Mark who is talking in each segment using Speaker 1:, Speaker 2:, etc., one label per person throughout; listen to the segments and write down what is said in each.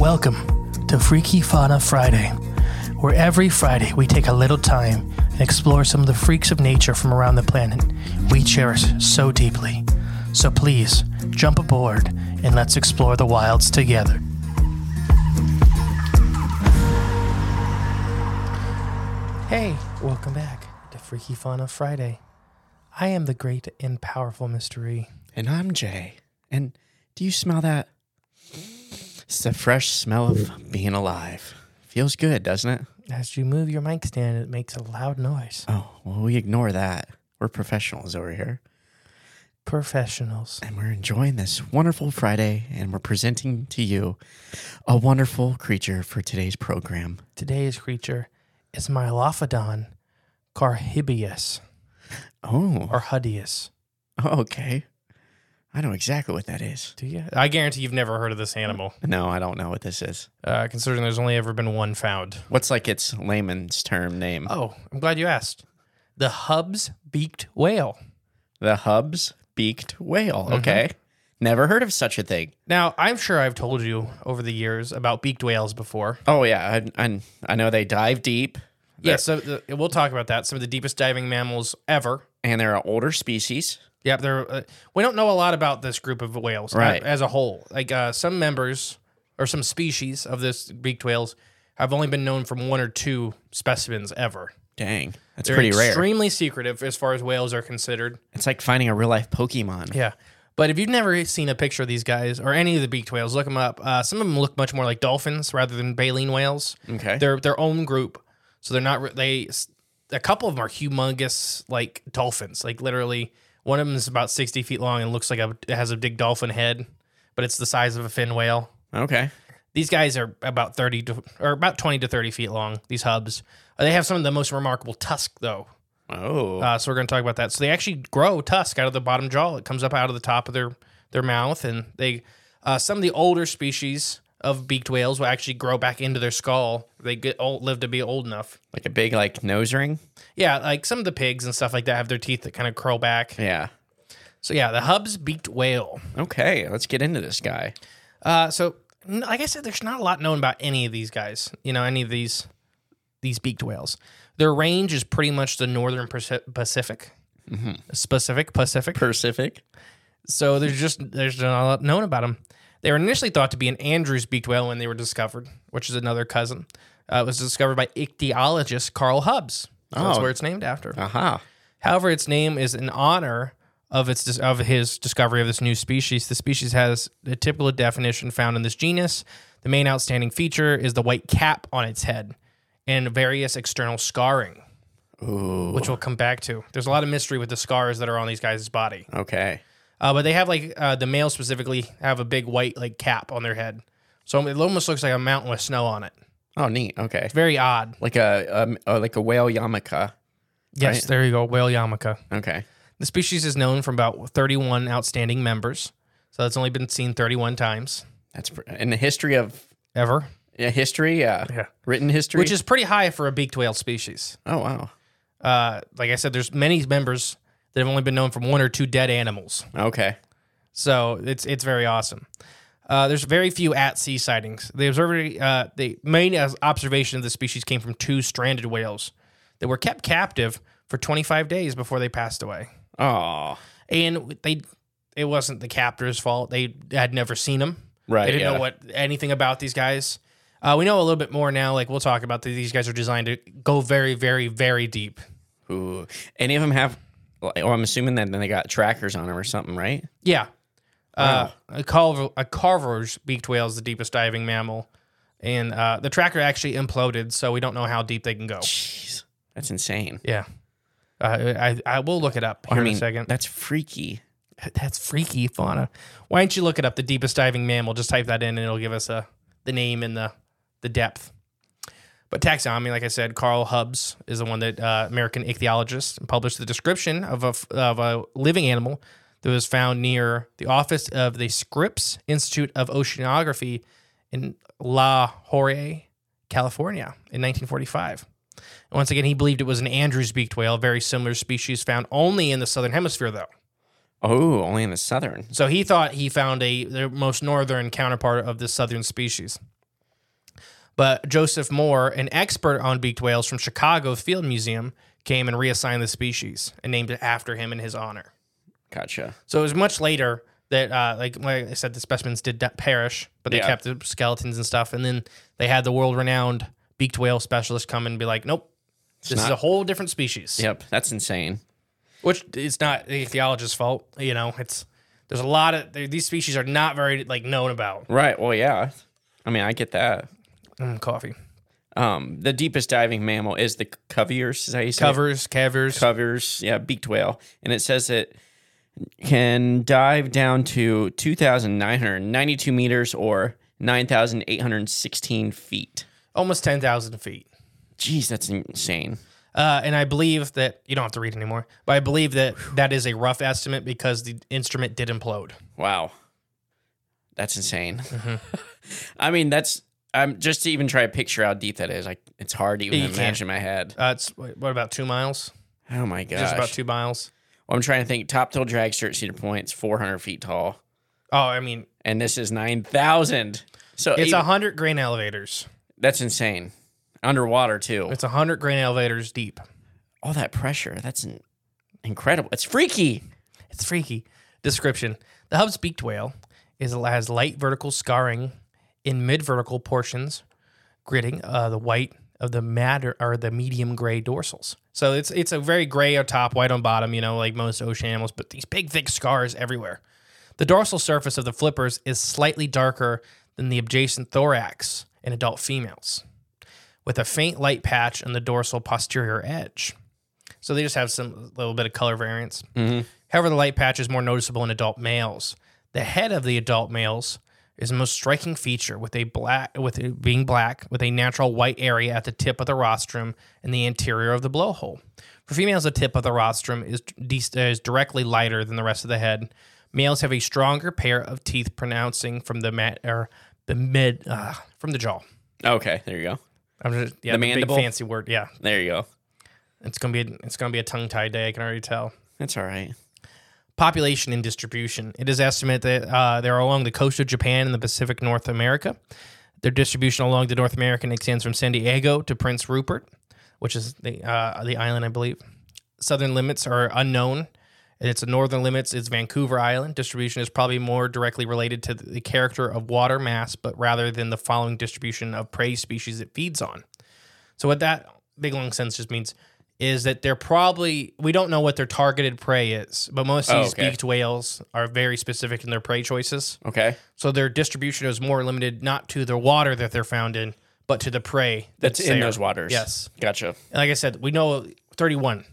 Speaker 1: Welcome to Freaky Fauna Friday, where every Friday we take a little time and explore some of the freaks of nature from around the planet we cherish so deeply. So please jump aboard and let's explore the wilds together. Hey, welcome back to Freaky Fauna Friday. I am the great and powerful mystery.
Speaker 2: And I'm Jay. And do you smell that? It's the fresh smell of being alive. Feels good, doesn't it?
Speaker 1: As you move your mic stand, it makes a loud noise.
Speaker 2: Oh, well, we ignore that. We're professionals over here.
Speaker 1: Professionals.
Speaker 2: And we're enjoying this wonderful Friday. And we're presenting to you a wonderful creature for today's program.
Speaker 1: Today's creature is Mylophodon carhibius
Speaker 2: Oh,
Speaker 1: or hudius.
Speaker 2: okay. I know exactly what that is.
Speaker 1: Do you? I guarantee you've never heard of this animal,
Speaker 2: No, I don't know what this is.
Speaker 1: uh, considering there's only ever been one found.
Speaker 2: What's like its layman's term name?
Speaker 1: Oh, I'm glad you asked. The Hub's beaked whale.
Speaker 2: The Hub's beaked whale. Okay. Never heard of such a thing.
Speaker 1: Now, I'm sure I've told you over the years about beaked whales before.
Speaker 2: Oh yeah, I, I, I know they dive deep.
Speaker 1: Yeah, so the, we'll talk about that. Some of the deepest diving mammals ever.
Speaker 2: and they're an older species.
Speaker 1: Yep, they're, uh, we don't know a lot about this group of whales uh,
Speaker 2: Right.
Speaker 1: as a whole. Like uh, some members or some species of this beaked whales have only been known from one or two specimens ever.
Speaker 2: Dang, that's
Speaker 1: They're
Speaker 2: pretty rare.
Speaker 1: extremely secretive as far as whales are considered.
Speaker 2: It's like finding a real life Pokemon.
Speaker 1: Yeah. But if you've never seen a picture of these guys or any of the beaked whales, look them up. Uh, some of them look much more like dolphins rather than baleen whales.
Speaker 2: Okay.
Speaker 1: They're their own group, so they're not re- they. A couple of them are humongous, like dolphins. Like literally, one of them is about sixty feet long and looks like a it has a big dolphin head, but it's the size of a fin whale.
Speaker 2: Okay.
Speaker 1: These guys are about thirty to, or about twenty to thirty feet long. These hubs. Uh, They have some of the most remarkable tusk though.
Speaker 2: Oh.
Speaker 1: Uh, so we're going to talk about that. So they actually grow tusk out of the bottom jaw. It comes up out of the top of their their mouth, and they uh, some of the older species of beaked whales will actually grow back into their skull. They get old, live to be old enough.
Speaker 2: like a big like nose ring.
Speaker 1: Yeah, like some of the pigs and stuff like that have their teeth that kind of curl back.
Speaker 2: Yeah.
Speaker 1: So yeah, the hub's beaked whale.
Speaker 2: Okay, let's get into this guy.
Speaker 1: Uh, so n- like I said, there's not a lot known about any of these guys. You know, any of these these beaked whales. Their range is pretty much the northern Paci- Pacific. Specific Pacific.
Speaker 2: Pacific.
Speaker 1: So there's just there's not a lot known about them. They were initially thought to be an Andrews beaked whale when they were discovered, which is another cousin. Uh, it was discovered by ichthyologist Carl Hubbs. So That's
Speaker 2: Oh.
Speaker 1: where it's named after.
Speaker 2: Aha.
Speaker 1: However, its name is in honor of its dis- of his discovery of this new species. The species has the typical definition found in this genus. The main outstanding feature is the white cap on its head and various external scarring, which we'll come back to. There's a lot of mystery with the scars that are on these guys' body.
Speaker 2: Okay.
Speaker 1: Uh, but they have like uh, the males specifically have a big white like cap on their head, so it almost looks like a mountain with snow on it.
Speaker 2: Oh, neat. Okay.
Speaker 1: It's very odd.
Speaker 2: Like a um, uh, like a whale yarmulke.
Speaker 1: Yes,
Speaker 2: Right.
Speaker 1: there you go, whale yarmulke.
Speaker 2: Okay.
Speaker 1: The species is known from about 31 outstanding members, so it's only been seen 31 times
Speaker 2: That's pr- in the history of
Speaker 1: ever,
Speaker 2: yeah, history. Yeah.
Speaker 1: Yeah.
Speaker 2: Written history.
Speaker 1: which is pretty high for a beaked whale species.
Speaker 2: oh wow.
Speaker 1: Uh, like I said, there's many members that have only been known from one or two dead animals.
Speaker 2: Okay.
Speaker 1: So it's it's very awesome. Uh, there's very few at sea sightings. The observatory, uh, the main as- observation of the species came from two stranded whales that were kept captive for 25 days before they passed away.
Speaker 2: Oh.
Speaker 1: And they, it wasn't the captor's fault. They had never seen them.
Speaker 2: Right,
Speaker 1: They didn't
Speaker 2: yeah.
Speaker 1: know what anything about these guys. Uh, we know a little bit more now. Like we'll talk about that. These guys are designed to go very, very, very deep.
Speaker 2: Ooh. Any of them have? Well, I'm assuming that then they got trackers on them or something, right?
Speaker 1: Yeah. Uh, a, carver, a carver's beaked whale is the deepest diving mammal. And uh, the tracker actually imploded, so we don't know how deep they can go.
Speaker 2: Jeez, that's insane.
Speaker 1: Yeah. Uh, I, I will look it up here
Speaker 2: I mean,
Speaker 1: in a second.
Speaker 2: that's freaky.
Speaker 1: that's freaky fauna. Why don't you look it up? The deepest diving mammal. Just type that in, and it'll give us a, the name and the, the depth. But taxonomy, like I said, Carl Hubbs is the one that uh, American ichthyologist published the description of a, f- of a living animal that was found near the office of the Scripps Institute of Oceanography in La Jolla, California, in 1945. And once again, he believed it was an Andrews beaked whale, a very similar species found only in the southern hemisphere, though.
Speaker 2: Oh, only in the southern.
Speaker 1: So he thought he found a the most northern counterpart of the southern species. But Joseph Moore, an expert on beaked whales from Chicago Field Museum, came and reassigned the species and named it after him in his honor.
Speaker 2: Gotcha.
Speaker 1: So it was much later that, uh, like, like I said, the specimens did de- perish, but they
Speaker 2: Yeah.
Speaker 1: kept the skeletons and stuff. And then they had the world renowned beaked whale specialist come and be like, nope, this is
Speaker 2: not-
Speaker 1: a whole different species.
Speaker 2: Yep. That's insane.
Speaker 1: Which it's not the ichthyologist's fault. You know, it's, there's a lot of, there- these species are not very, like, known about.
Speaker 2: Right. Well, yeah. I mean, I get that.
Speaker 1: Mm, coffee.
Speaker 2: Um, the deepest diving mammal is the coviers. Is that how you say it?
Speaker 1: Covers, cavers.
Speaker 2: Covers. Yeah, beaked whale, and it says it can dive down to two thousand nine hundred ninety-two meters or nine thousand eight hundred sixteen feet.
Speaker 1: almost 10,000 feet.
Speaker 2: Jeez, that's insane.
Speaker 1: Uh, and I believe that you don't have to read anymore, but I believe that that is a rough estimate because the instrument did implode.
Speaker 2: Wow, that's insane.
Speaker 1: Mm-hmm.
Speaker 2: I mean, that's I'm just to even try to picture how deep that is. Like, it's hard to even
Speaker 1: You can't.
Speaker 2: imagine in my head.
Speaker 1: Uh, it's what what, about two miles?
Speaker 2: Oh my gosh,
Speaker 1: Just about two miles.
Speaker 2: Well, I'm trying to think. Top till dragster at Cedar Point. It's 400 feet tall,
Speaker 1: Oh, I mean,
Speaker 2: and this is 9,000. So
Speaker 1: it's
Speaker 2: even-
Speaker 1: a hundred grain elevators.
Speaker 2: that's insane. Underwater too.
Speaker 1: It's a hundred grain elevators deep.
Speaker 2: All that pressure. That's in- incredible. It's freaky.
Speaker 1: It's freaky. Description: The hub's beaked whale is has light vertical scarring in mid vertical portions, gritting uh, the white of the matter or the medium gray dorsals. So it's it's a very gray on top, white on bottom. You know, like most ocean animals, but these big thick scars everywhere. The dorsal surface of the flippers is slightly darker than the adjacent thorax in adult females, with a faint light patch on the dorsal posterior edge. So they just have some little bit of color variance. However, the light patch is more noticeable in adult males. The head of the adult males is the most striking feature, with a black, with it being black, with a natural white area at the tip of the rostrum and the anterior of the blowhole. For females, the tip of the rostrum is de- is directly lighter than the rest of the head. Males have a stronger pair of teeth pronouncing from the mat or the mid uh, from the jaw.
Speaker 2: Okay, there you go.
Speaker 1: I'm just, yeah,
Speaker 2: The
Speaker 1: the big
Speaker 2: mandible?
Speaker 1: fancy word. Yeah,
Speaker 2: There you go.
Speaker 1: it's gonna be a, it's gonna be a tongue tie day. I can already tell.
Speaker 2: That's all right.
Speaker 1: population and distribution. It is estimated that uh, they're along the coast of Japan and the Pacific North America. Their distribution along the North American extends from San Diego to Prince Rupert, which is the uh, the island, I believe. Southern limits are unknown. Its northern limits is Vancouver Island. Distribution is probably more directly related to the character of water mass, but rather than the following distribution of prey species it feeds on. So what that big long sentence just means is that they're probably we don't know what their targeted prey is, but most of
Speaker 2: Oh,
Speaker 1: these
Speaker 2: okay.
Speaker 1: beaked whales are very specific in their prey choices.
Speaker 2: Okay.
Speaker 1: So their distribution is more limited not to the water that they're found in, but to the prey
Speaker 2: That's in
Speaker 1: there.
Speaker 2: those waters.
Speaker 1: Yes.
Speaker 2: Gotcha.
Speaker 1: And like I said, we know 31.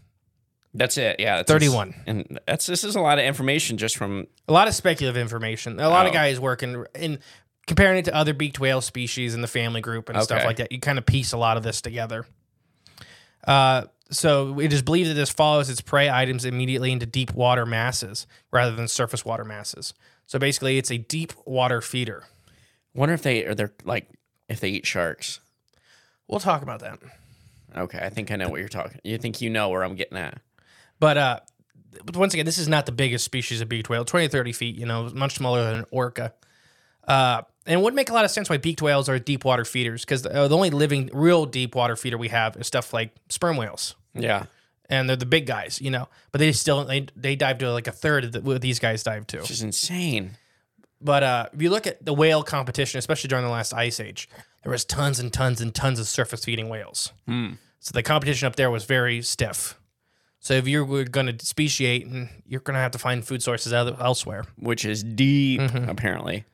Speaker 2: That's it. Yeah. That's
Speaker 1: 31.
Speaker 2: And that's this is a lot of information just from
Speaker 1: A lot of speculative information. A lot of
Speaker 2: Oh.
Speaker 1: guys working in comparing it to other beaked whale species in the family group and stuff
Speaker 2: Okay.
Speaker 1: like that. You kind of piece a lot of this together. Uh, so it is believed that this follows its prey items immediately into deep water masses rather than surface water masses. So basically, it's a deep water feeder.
Speaker 2: wonder if they are they're like if they eat sharks.
Speaker 1: We'll talk about that.
Speaker 2: Okay, I think I know what you're talking. You think you know where I'm getting at?
Speaker 1: But uh, but once again, this is not the biggest species of beaked whale. 20 to 30 feet, you know, much smaller than an orca. Uh, and it would make a lot of sense why beaked whales are deep water feeders because the, uh, the only living real deep water feeder we have is stuff like sperm whales.
Speaker 2: Yeah.
Speaker 1: And they're the big guys, you know, but they still they, they dive to like a third of the, what these guys dive to.
Speaker 2: Which is insane.
Speaker 1: But uh, if you look at the whale competition, especially during the last ice age, there was tons and tons and tons of surface feeding whales. So the competition up there was very stiff. So if you were going to speciate, and you're going to have to find food sources other- elsewhere.
Speaker 2: Which is deep,
Speaker 1: Mm-hmm.
Speaker 2: apparently.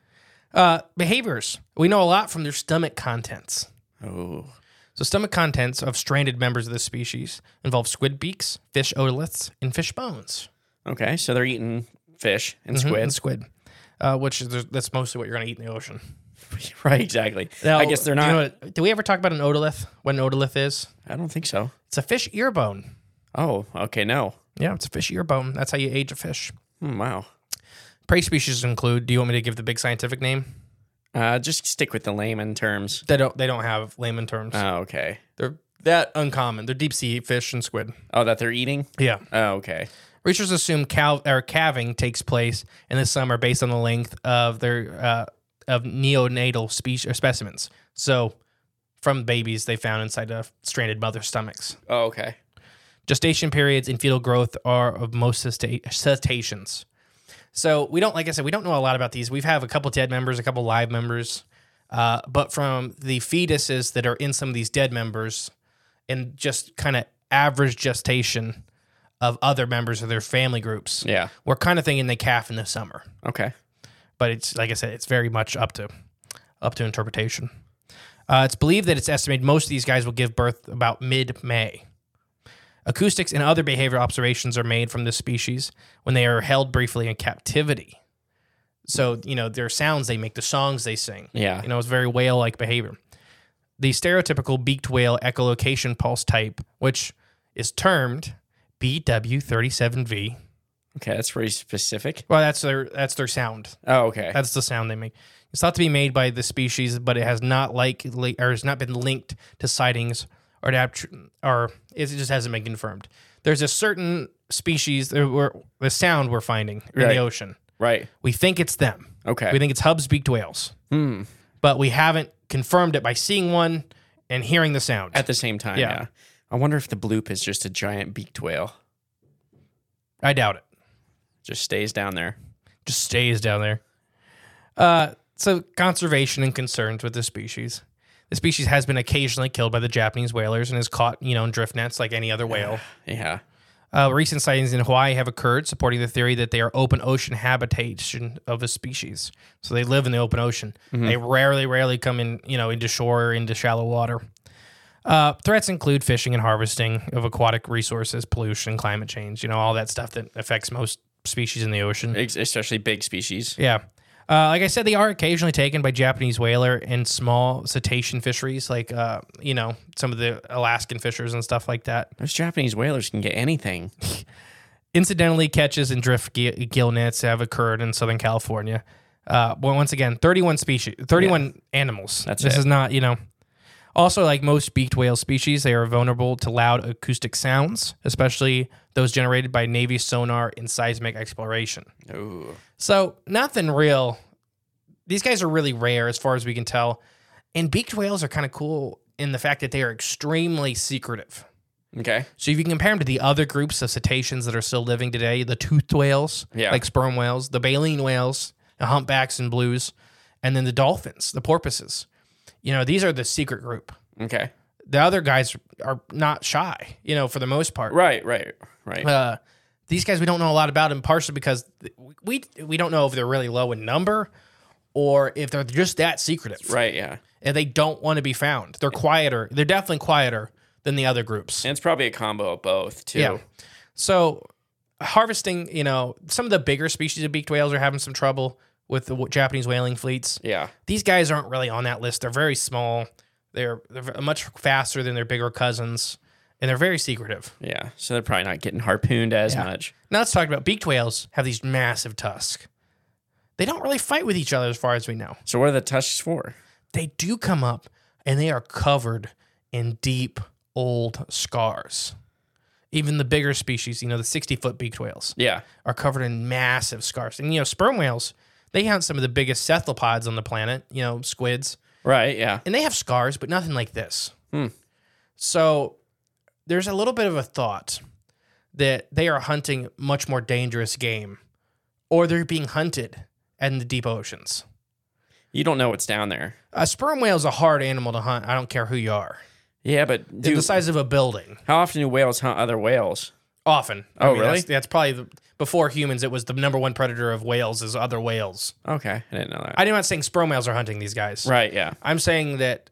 Speaker 1: Uh, behaviors. We know a lot from their stomach contents.
Speaker 2: Oh.
Speaker 1: So stomach contents of stranded members of this species involve squid beaks, fish otoliths, and fish bones.
Speaker 2: Okay, so they're eating fish and
Speaker 1: And
Speaker 2: squids.
Speaker 1: squid, uh, which is, that's mostly what you're going to eat in the ocean.
Speaker 2: right, exactly.
Speaker 1: Now,
Speaker 2: I guess they're
Speaker 1: do
Speaker 2: not.
Speaker 1: you know what- do we ever talk about an otolith? What an otolith is?
Speaker 2: I don't think so.
Speaker 1: It's a fish ear bone.
Speaker 2: Oh, okay, no.
Speaker 1: Yeah, it's a fish ear bone. That's how you age a fish.
Speaker 2: Hmm, wow.
Speaker 1: Prey species include. Do you want me to give the big scientific name?
Speaker 2: Uh, just stick with the layman terms.
Speaker 1: They don't. They don't have layman terms.
Speaker 2: Oh, okay.
Speaker 1: They're that uncommon. They're deep sea fish and squid.
Speaker 2: Oh, that they're eating.
Speaker 1: Yeah.
Speaker 2: Oh, okay.
Speaker 1: Researchers assume cal- or calving takes place in the summer based on the length of their uh, of neonatal species or specimens. So from babies they found inside of stranded mother stomachs.
Speaker 2: Oh, okay.
Speaker 1: Gestation periods and fetal growth are of most cesta- cetaceans. So we don't, like I said, we don't know a lot about these. We have a couple dead members, a couple live members, uh, but from the fetuses that are in some of these dead members, and just kind of average gestation of other members of their family groups,
Speaker 2: Yeah.
Speaker 1: we're kind of thinking they calf in the summer
Speaker 2: Okay.
Speaker 1: but it's like I said, it's very much up to up to interpretation. Uh, it's believed that it's estimated most of these guys will give birth about mid-May. Acoustics and other behavioral observations are made from this species when they are held briefly in captivity. So you know their sounds they make, the songs they sing.
Speaker 2: Yeah.
Speaker 1: You know, it's very whale-like behavior. The stereotypical beaked whale echolocation pulse type, which is termed BW37V.
Speaker 2: Okay. That's pretty specific.
Speaker 1: Well, that's their that's their sound.
Speaker 2: Oh, okay.
Speaker 1: That's the sound they make. It's thought to be made by the species, but it has not likely or has not been linked to sightings or adapt, or it just hasn't been confirmed. There's a certain species that we're, the sound we're finding in
Speaker 2: Right. Uh,
Speaker 1: the ocean.
Speaker 2: right.
Speaker 1: We think it's them. We
Speaker 2: Okay.
Speaker 1: think it's hub-beaked whales,
Speaker 2: Hmm.
Speaker 1: but we haven't confirmed it by seeing one and hearing the sound.
Speaker 2: At the same time.
Speaker 1: Yeah.
Speaker 2: Yeah. I wonder if the bloop is just a giant beaked whale.
Speaker 1: I doubt it.
Speaker 2: Just stays down there.
Speaker 1: just stays down there. Uh, so conservation and concerns with the species. The species has been occasionally killed by the Japanese whalers and is caught, you know, in drift nets like any other whale.
Speaker 2: Yeah.
Speaker 1: Uh, recent sightings in Hawaii have occurred, supporting the theory that they are open ocean habitation of a species. So they live in the open ocean. They rarely, rarely come in, you know, into shore or into shallow water. Uh, threats include fishing and harvesting of aquatic resources, pollution, climate change, you know, all that stuff that affects most species in the ocean.
Speaker 2: Ex- especially big species.
Speaker 1: Yeah. Uh, like I said, they are occasionally taken by Japanese whaler and small cetacean fisheries, like uh, you know some of the Alaskan fishers and stuff like that.
Speaker 2: Those Japanese whalers can get anything.
Speaker 1: Incidentally, catches and drift gi- gill nets have occurred in Southern California. Uh, well, once again, 31 species, 31 animals.
Speaker 2: That's
Speaker 1: this
Speaker 2: it.
Speaker 1: is not you know. Also, like most beaked whale species, they are vulnerable to loud acoustic sounds, especially those generated by Navy sonar and seismic exploration.
Speaker 2: Ooh.
Speaker 1: So nothing real. These guys are really rare as far as we can tell. And beaked whales are kind of cool in the fact that they are extremely secretive.
Speaker 2: Okay.
Speaker 1: So if you compare them to the other groups of cetaceans that are still living today, the toothed whales,
Speaker 2: Yeah.
Speaker 1: like sperm whales, the baleen whales, the humpbacks and blues, and then the dolphins, the porpoises. You know, these are the secret group.
Speaker 2: Okay.
Speaker 1: The other guys are not shy, you know, for the most part
Speaker 2: Right. Right. Right.
Speaker 1: uh, these guys we don't know a lot about in partially because th- we we don't know if they're really low in number or if they're just that secretive
Speaker 2: right. Yeah.
Speaker 1: and they don't want to be found. They're quieter. They're definitely quieter than the other groups.
Speaker 2: And it's probably a combo of both too.
Speaker 1: Yeah. So harvesting, you know, some of the bigger species of beaked whales are having some trouble with the w- Japanese whaling fleets.
Speaker 2: Yeah.
Speaker 1: These guys aren't really on that list. They're very small. They're, they're much faster than their bigger cousins, and they're very secretive.
Speaker 2: Yeah. So they're probably not getting harpooned as much.
Speaker 1: Now let's talk about beaked whales have these massive tusks. They don't really fight with each other as far as we know.
Speaker 2: So what are the tusks for?
Speaker 1: They do come up and they are covered in deep old scars. Even the bigger species, you know, the 60 foot beaked whales
Speaker 2: Yeah.
Speaker 1: are covered in massive scars. And, you know, sperm whales, they hunt some of the biggest cephalopods on the planet, you know, squids,
Speaker 2: Right. Yeah.
Speaker 1: and they have scars, but nothing like this.
Speaker 2: Hmm.
Speaker 1: So there's a little bit of a thought that they are hunting much more dangerous game or they're being hunted in the deep oceans.
Speaker 2: You don't know what's down there.
Speaker 1: A sperm whale is a hard animal to hunt. I don't care who you are.
Speaker 2: Yeah, but
Speaker 1: They're
Speaker 2: dude,
Speaker 1: the size of a building,
Speaker 2: how often do whales hunt other whales?
Speaker 1: often. I
Speaker 2: Oh,
Speaker 1: mean,
Speaker 2: really?
Speaker 1: That's, that's probably the, before humans, it was the number one predator of whales is other whales.
Speaker 2: Okay, I didn't know that.
Speaker 1: I'm not saying sperm whales are hunting these guys.
Speaker 2: right. Yeah.
Speaker 1: I'm saying that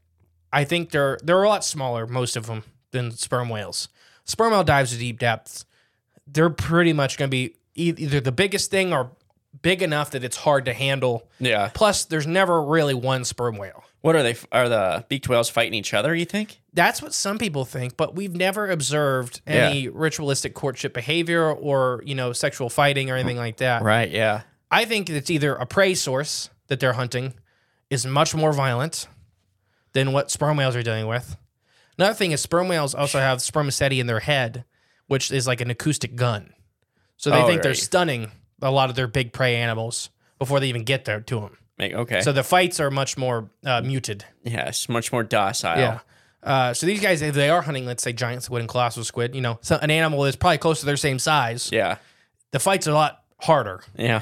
Speaker 1: I think they're they're a lot smaller, most of them, than sperm whales. Sperm whale dives to deep depths. They're pretty much going to be e- either the biggest thing or big enough that it's hard to handle.
Speaker 2: Yeah.
Speaker 1: Plus, there's never really one sperm whale.
Speaker 2: What are they? Are the beaked whales fighting each other? You think?
Speaker 1: That's what some people think, but we've never observed any ritualistic courtship behavior or you know sexual fighting or anything like that.
Speaker 2: Right. Yeah.
Speaker 1: I think it's either a prey source that they're hunting is much more violent than what sperm whales are dealing with. Another thing is sperm whales also have spermaceti in their head, which is like an acoustic gun. So they
Speaker 2: Oh,
Speaker 1: think they're
Speaker 2: right.
Speaker 1: stunning a lot of their big prey animals before they even get there to them.
Speaker 2: Make, okay.
Speaker 1: So the fights are much more uh, muted.
Speaker 2: yes, much more docile.
Speaker 1: Yeah. Uh, so these guys, if they are hunting, let's say giant squid and colossal squid, you know, so an animal is probably close to their same size.
Speaker 2: Yeah.
Speaker 1: The fight's a lot harder.
Speaker 2: Yeah.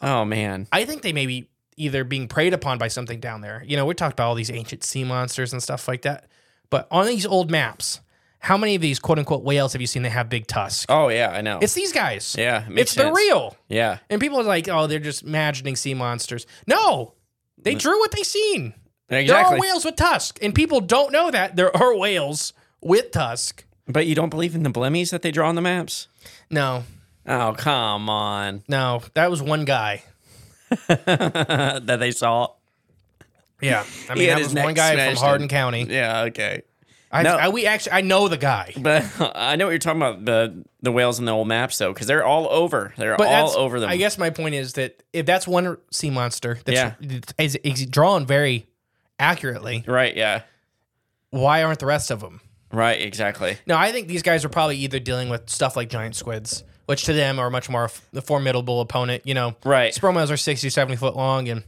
Speaker 2: Oh man.
Speaker 1: I think they may be either being preyed upon by something down there. You know, we talked about all these ancient sea monsters and stuff like that. But on these old maps, how many of these quote unquote whales have you seen that have big tusks?
Speaker 2: Oh yeah, I know.
Speaker 1: It's these guys.
Speaker 2: yeah, it makes
Speaker 1: It's the
Speaker 2: sense.
Speaker 1: real.
Speaker 2: Yeah.
Speaker 1: And people are like, oh, they're just imagining sea monsters. No, they drew what they seen. There
Speaker 2: Mm. Exactly.
Speaker 1: are whales with tusk, and people don't know that there are whales with tusk.
Speaker 2: But you don't believe in the blemmies that they draw on the maps?
Speaker 1: No,
Speaker 2: Oh, come on.
Speaker 1: no, that was one guy.
Speaker 2: that they saw.
Speaker 1: Yeah, I mean
Speaker 2: had
Speaker 1: that
Speaker 2: his
Speaker 1: was
Speaker 2: neck
Speaker 1: one guy from
Speaker 2: smashed
Speaker 1: Hardin
Speaker 2: in.
Speaker 1: County.
Speaker 2: Yeah, okay.
Speaker 1: I,
Speaker 2: No.
Speaker 1: I, we actually, I know the guy,
Speaker 2: But I know what you're talking about the the whales and the old maps though, because they're all over. They're
Speaker 1: but
Speaker 2: all
Speaker 1: that's-
Speaker 2: over them.
Speaker 1: I guess my point is that if that's one sea monster that's is, is drawn very accurately,
Speaker 2: Right. Yeah.
Speaker 1: why aren't the rest of them?
Speaker 2: Right. Exactly.
Speaker 1: No, I think these guys are probably either dealing with stuff like giant squids, which to them are much more f- the formidable opponent. You know,
Speaker 2: Right.
Speaker 1: Spermos are 60, 70 foot long and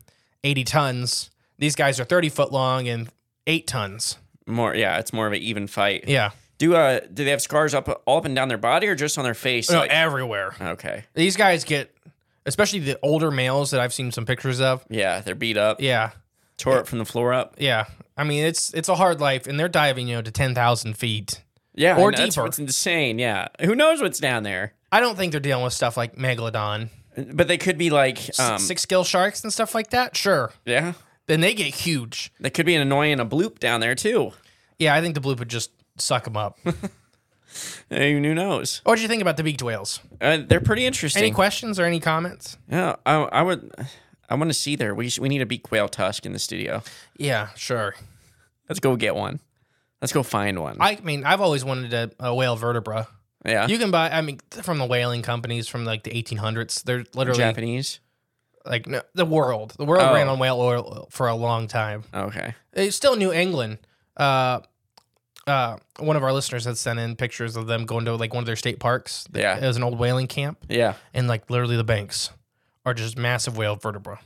Speaker 1: 80 tons. These guys are 30 foot long and eight tons.
Speaker 2: More. Yeah. It's more of an even fight.
Speaker 1: Yeah.
Speaker 2: Do uh do they have scars up all up and down their body or just on their face?
Speaker 1: No,
Speaker 2: Like-
Speaker 1: everywhere.
Speaker 2: okay.
Speaker 1: These guys get, especially the older males that I've seen some pictures of.
Speaker 2: Yeah, they're beat up.
Speaker 1: Yeah.
Speaker 2: Tore up from the floor up.
Speaker 1: Yeah. I mean, it's it's a hard life, and they're diving, you know, to 10,000 feet.
Speaker 2: Yeah.
Speaker 1: Or
Speaker 2: and that's
Speaker 1: deeper.
Speaker 2: what's insane. Yeah. Who knows what's down there?
Speaker 1: I don't think they're dealing with stuff like megalodon,
Speaker 2: But they could be like um
Speaker 1: six gill sharks and stuff like that. Sure.
Speaker 2: yeah.
Speaker 1: Then they get huge.
Speaker 2: They could be an annoying a bloop down there too.
Speaker 1: Yeah, I think the bloop would just suck them up.
Speaker 2: Hey, Who knows?
Speaker 1: what do you think about the beaked whales?
Speaker 2: Uh, they're pretty interesting.
Speaker 1: Any questions or any comments?
Speaker 2: Yeah, I, I would. I want to see there. We sh- we need a big quail tusk in the studio.
Speaker 1: Yeah, sure.
Speaker 2: Let's go get one. Let's go find one.
Speaker 1: I mean, I've always wanted a, a whale vertebra.
Speaker 2: yeah,
Speaker 1: You can buy, I mean, from the whaling companies from like the 1800s. They're literally
Speaker 2: Japanese.
Speaker 1: like no, the world. The world
Speaker 2: Oh.
Speaker 1: ran on whale oil for a long time.
Speaker 2: Okay.
Speaker 1: It's still New England. Uh, uh, one of our listeners had sent in pictures of them going to like one of their state parks.
Speaker 2: Yeah.
Speaker 1: It was an old whaling camp,
Speaker 2: Yeah.
Speaker 1: and like literally the banks are just massive whale vertebra.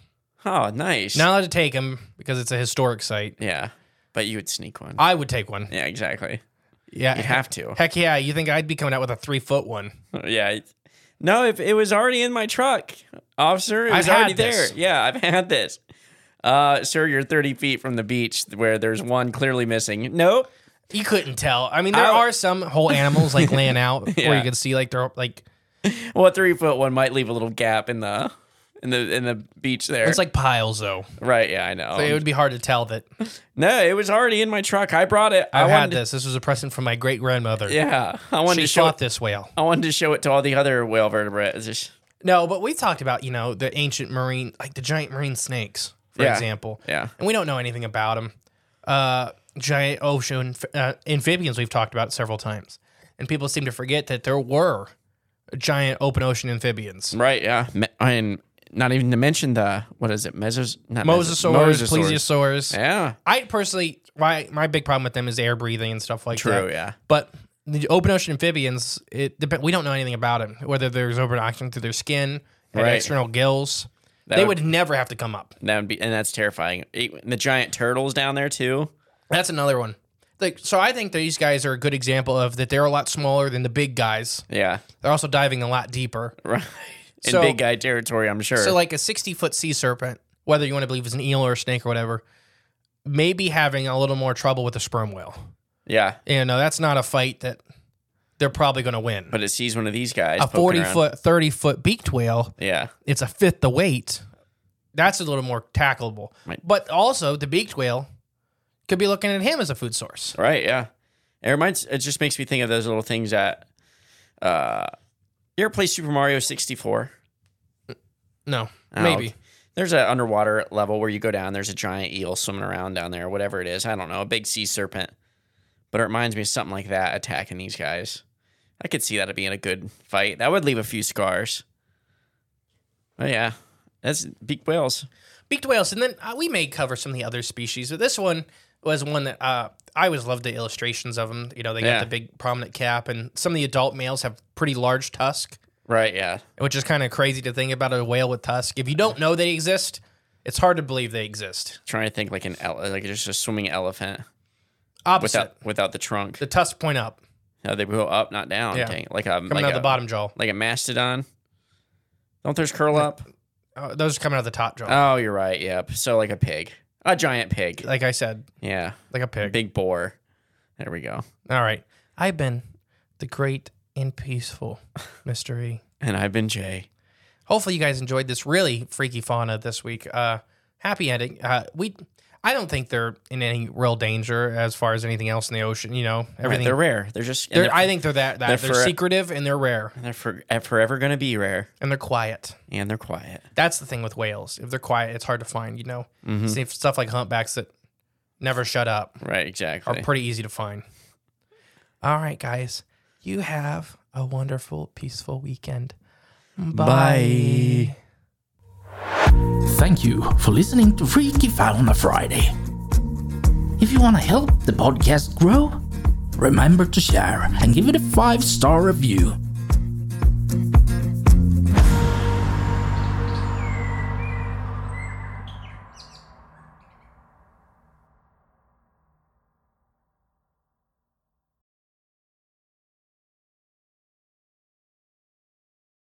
Speaker 2: Oh, nice.
Speaker 1: Not allowed to take them because it's a historic site.
Speaker 2: Yeah, but you would sneak one.
Speaker 1: I would take one.
Speaker 2: yeah, exactly.
Speaker 1: Yeah.
Speaker 2: You have to.
Speaker 1: Heck yeah. You think I'd be coming out with a three foot one?
Speaker 2: yeah. it- No, if it was already in my truck, officer, it
Speaker 1: I've
Speaker 2: was already
Speaker 1: had this.
Speaker 2: there. Yeah, I've had this. Uh, sir, you're 30 feet from the beach where there's one clearly missing. Nope.
Speaker 1: You couldn't tell. I mean, there
Speaker 2: I-
Speaker 1: are some whole animals like laying out where
Speaker 2: Yeah.
Speaker 1: you can see like they're like
Speaker 2: Well, a three foot one might leave a little gap in the in the in the beach there.
Speaker 1: it's like piles though.
Speaker 2: right. Yeah, I know.
Speaker 1: So it would be hard to tell that
Speaker 2: No, it was already in my truck. I brought it.
Speaker 1: I,
Speaker 2: I
Speaker 1: had
Speaker 2: wanted.
Speaker 1: this. This was a present from my great grandmother.
Speaker 2: To, yeah, I wanted
Speaker 1: she
Speaker 2: to show.
Speaker 1: shot
Speaker 2: It,
Speaker 1: this whale.
Speaker 2: I wanted to show it to all the other whale vertebrae. It's just-
Speaker 1: No, but we talked about you know the ancient marine, like the giant marine snakes, for
Speaker 2: Yeah.
Speaker 1: example.
Speaker 2: yeah,
Speaker 1: and we don't know anything about them. Uh, giant ocean uh, amphibians we've talked about several times, and people seem to forget that there were giant open ocean amphibians.
Speaker 2: right. Yeah, Me- and not even to mention the what is it? Mesos, not mesos-
Speaker 1: Mosasaurs,
Speaker 2: mosasaurs.
Speaker 1: plesiosaurs.
Speaker 2: Yeah,
Speaker 1: I personally, my my big problem with them is air breathing and stuff like that.
Speaker 2: true. Yeah,
Speaker 1: But the open ocean amphibians, it depend, we don't know anything about them. Whether there's open oxygen through their skin, had
Speaker 2: Right.
Speaker 1: external gills,
Speaker 2: That
Speaker 1: they
Speaker 2: would-
Speaker 1: would, never have to come up.
Speaker 2: that would be, and that's terrifying. E- The giant turtles down there too.
Speaker 1: That's another one. Like, so I think these guys are a good example of that. They're a lot smaller than the big guys.
Speaker 2: Yeah,
Speaker 1: They're also diving a lot deeper.
Speaker 2: right. In
Speaker 1: So-
Speaker 2: big guy territory, I'm sure.
Speaker 1: So, like a sixty foot sea serpent, whether you want to believe it's an eel or a snake or whatever, may be having a little more trouble with a sperm whale.
Speaker 2: yeah,
Speaker 1: You know, that's not a fight that they're probably going to win.
Speaker 2: but it sees one of these guys.
Speaker 1: a
Speaker 2: poking
Speaker 1: 40
Speaker 2: around.
Speaker 1: foot, 30 foot beaked whale,
Speaker 2: Yeah,
Speaker 1: it's a fifth the weight. That's a little more tackleable.
Speaker 2: Right.
Speaker 1: But also, the beaked whale could be looking at him as a food source.
Speaker 2: Right. Yeah. It reminds. It just makes me think of those little things that. Uh, you ever play Super Mario sixty four?
Speaker 1: No, maybe.
Speaker 2: There's an underwater level where you go down. There's a giant eel swimming around down there, whatever it is. I don't know. A big sea serpent. But it reminds me of something like that attacking these guys. I could see that being a good fight. That would leave a few scars. But yeah, that's beak whales.
Speaker 1: Beaked whales. And then uh, we may cover some of the other species, but this one was one that uh, I always loved the illustrations of them. You know, they got
Speaker 2: Yeah.
Speaker 1: the big prominent cap, and some of the adult males have pretty large tusk,
Speaker 2: Right. Yeah.
Speaker 1: which is kind of crazy to think about a whale with tusk. If you don't know they exist, It's hard to believe they exist.
Speaker 2: Trying to think like an ele- like just a swimming elephant
Speaker 1: Opposite.
Speaker 2: without without the trunk.
Speaker 1: the tusks point up,
Speaker 2: Uh, they go up, not down.
Speaker 1: Yeah.
Speaker 2: Dang. Like a
Speaker 1: coming
Speaker 2: like
Speaker 1: out
Speaker 2: a,
Speaker 1: of the bottom jaw.
Speaker 2: like a mastodon. Don't theirs curl up?
Speaker 1: Uh, those are coming out of the top jaw.
Speaker 2: Oh, you're right. Yep. So like a pig, a giant pig.
Speaker 1: like I said,
Speaker 2: Yeah,
Speaker 1: like a pig.
Speaker 2: big boar. There we go.
Speaker 1: All right. I've been the great and peaceful mystery.
Speaker 2: And I've been Jay.
Speaker 1: Hopefully, you guys enjoyed this really freaky fauna this week. Uh, happy ending. Uh, we, I don't think they're in any real danger as far as anything else in the ocean. You know,
Speaker 2: Right,
Speaker 1: everything.
Speaker 2: they're rare. They're just. and
Speaker 1: they're,
Speaker 2: they're,
Speaker 1: I think they're that. that.
Speaker 2: they're
Speaker 1: They're,
Speaker 2: for-
Speaker 1: secretive and they're rare
Speaker 2: they're for, eh, forever gonna be rare,
Speaker 1: and they're quiet.
Speaker 2: and they're quiet.
Speaker 1: That's the thing with whales. If they're quiet, it's hard to find. You know,
Speaker 2: Mm-hmm.
Speaker 1: See, stuff like humpbacks that never shut up
Speaker 2: Right.
Speaker 1: are
Speaker 2: Exactly.
Speaker 1: pretty easy to find. All right, guys. You have a wonderful, peaceful weekend. Bye.
Speaker 3: Thank you for listening to Freaky Fauna Friday. If you want to help the podcast grow, remember to share and give it a five star review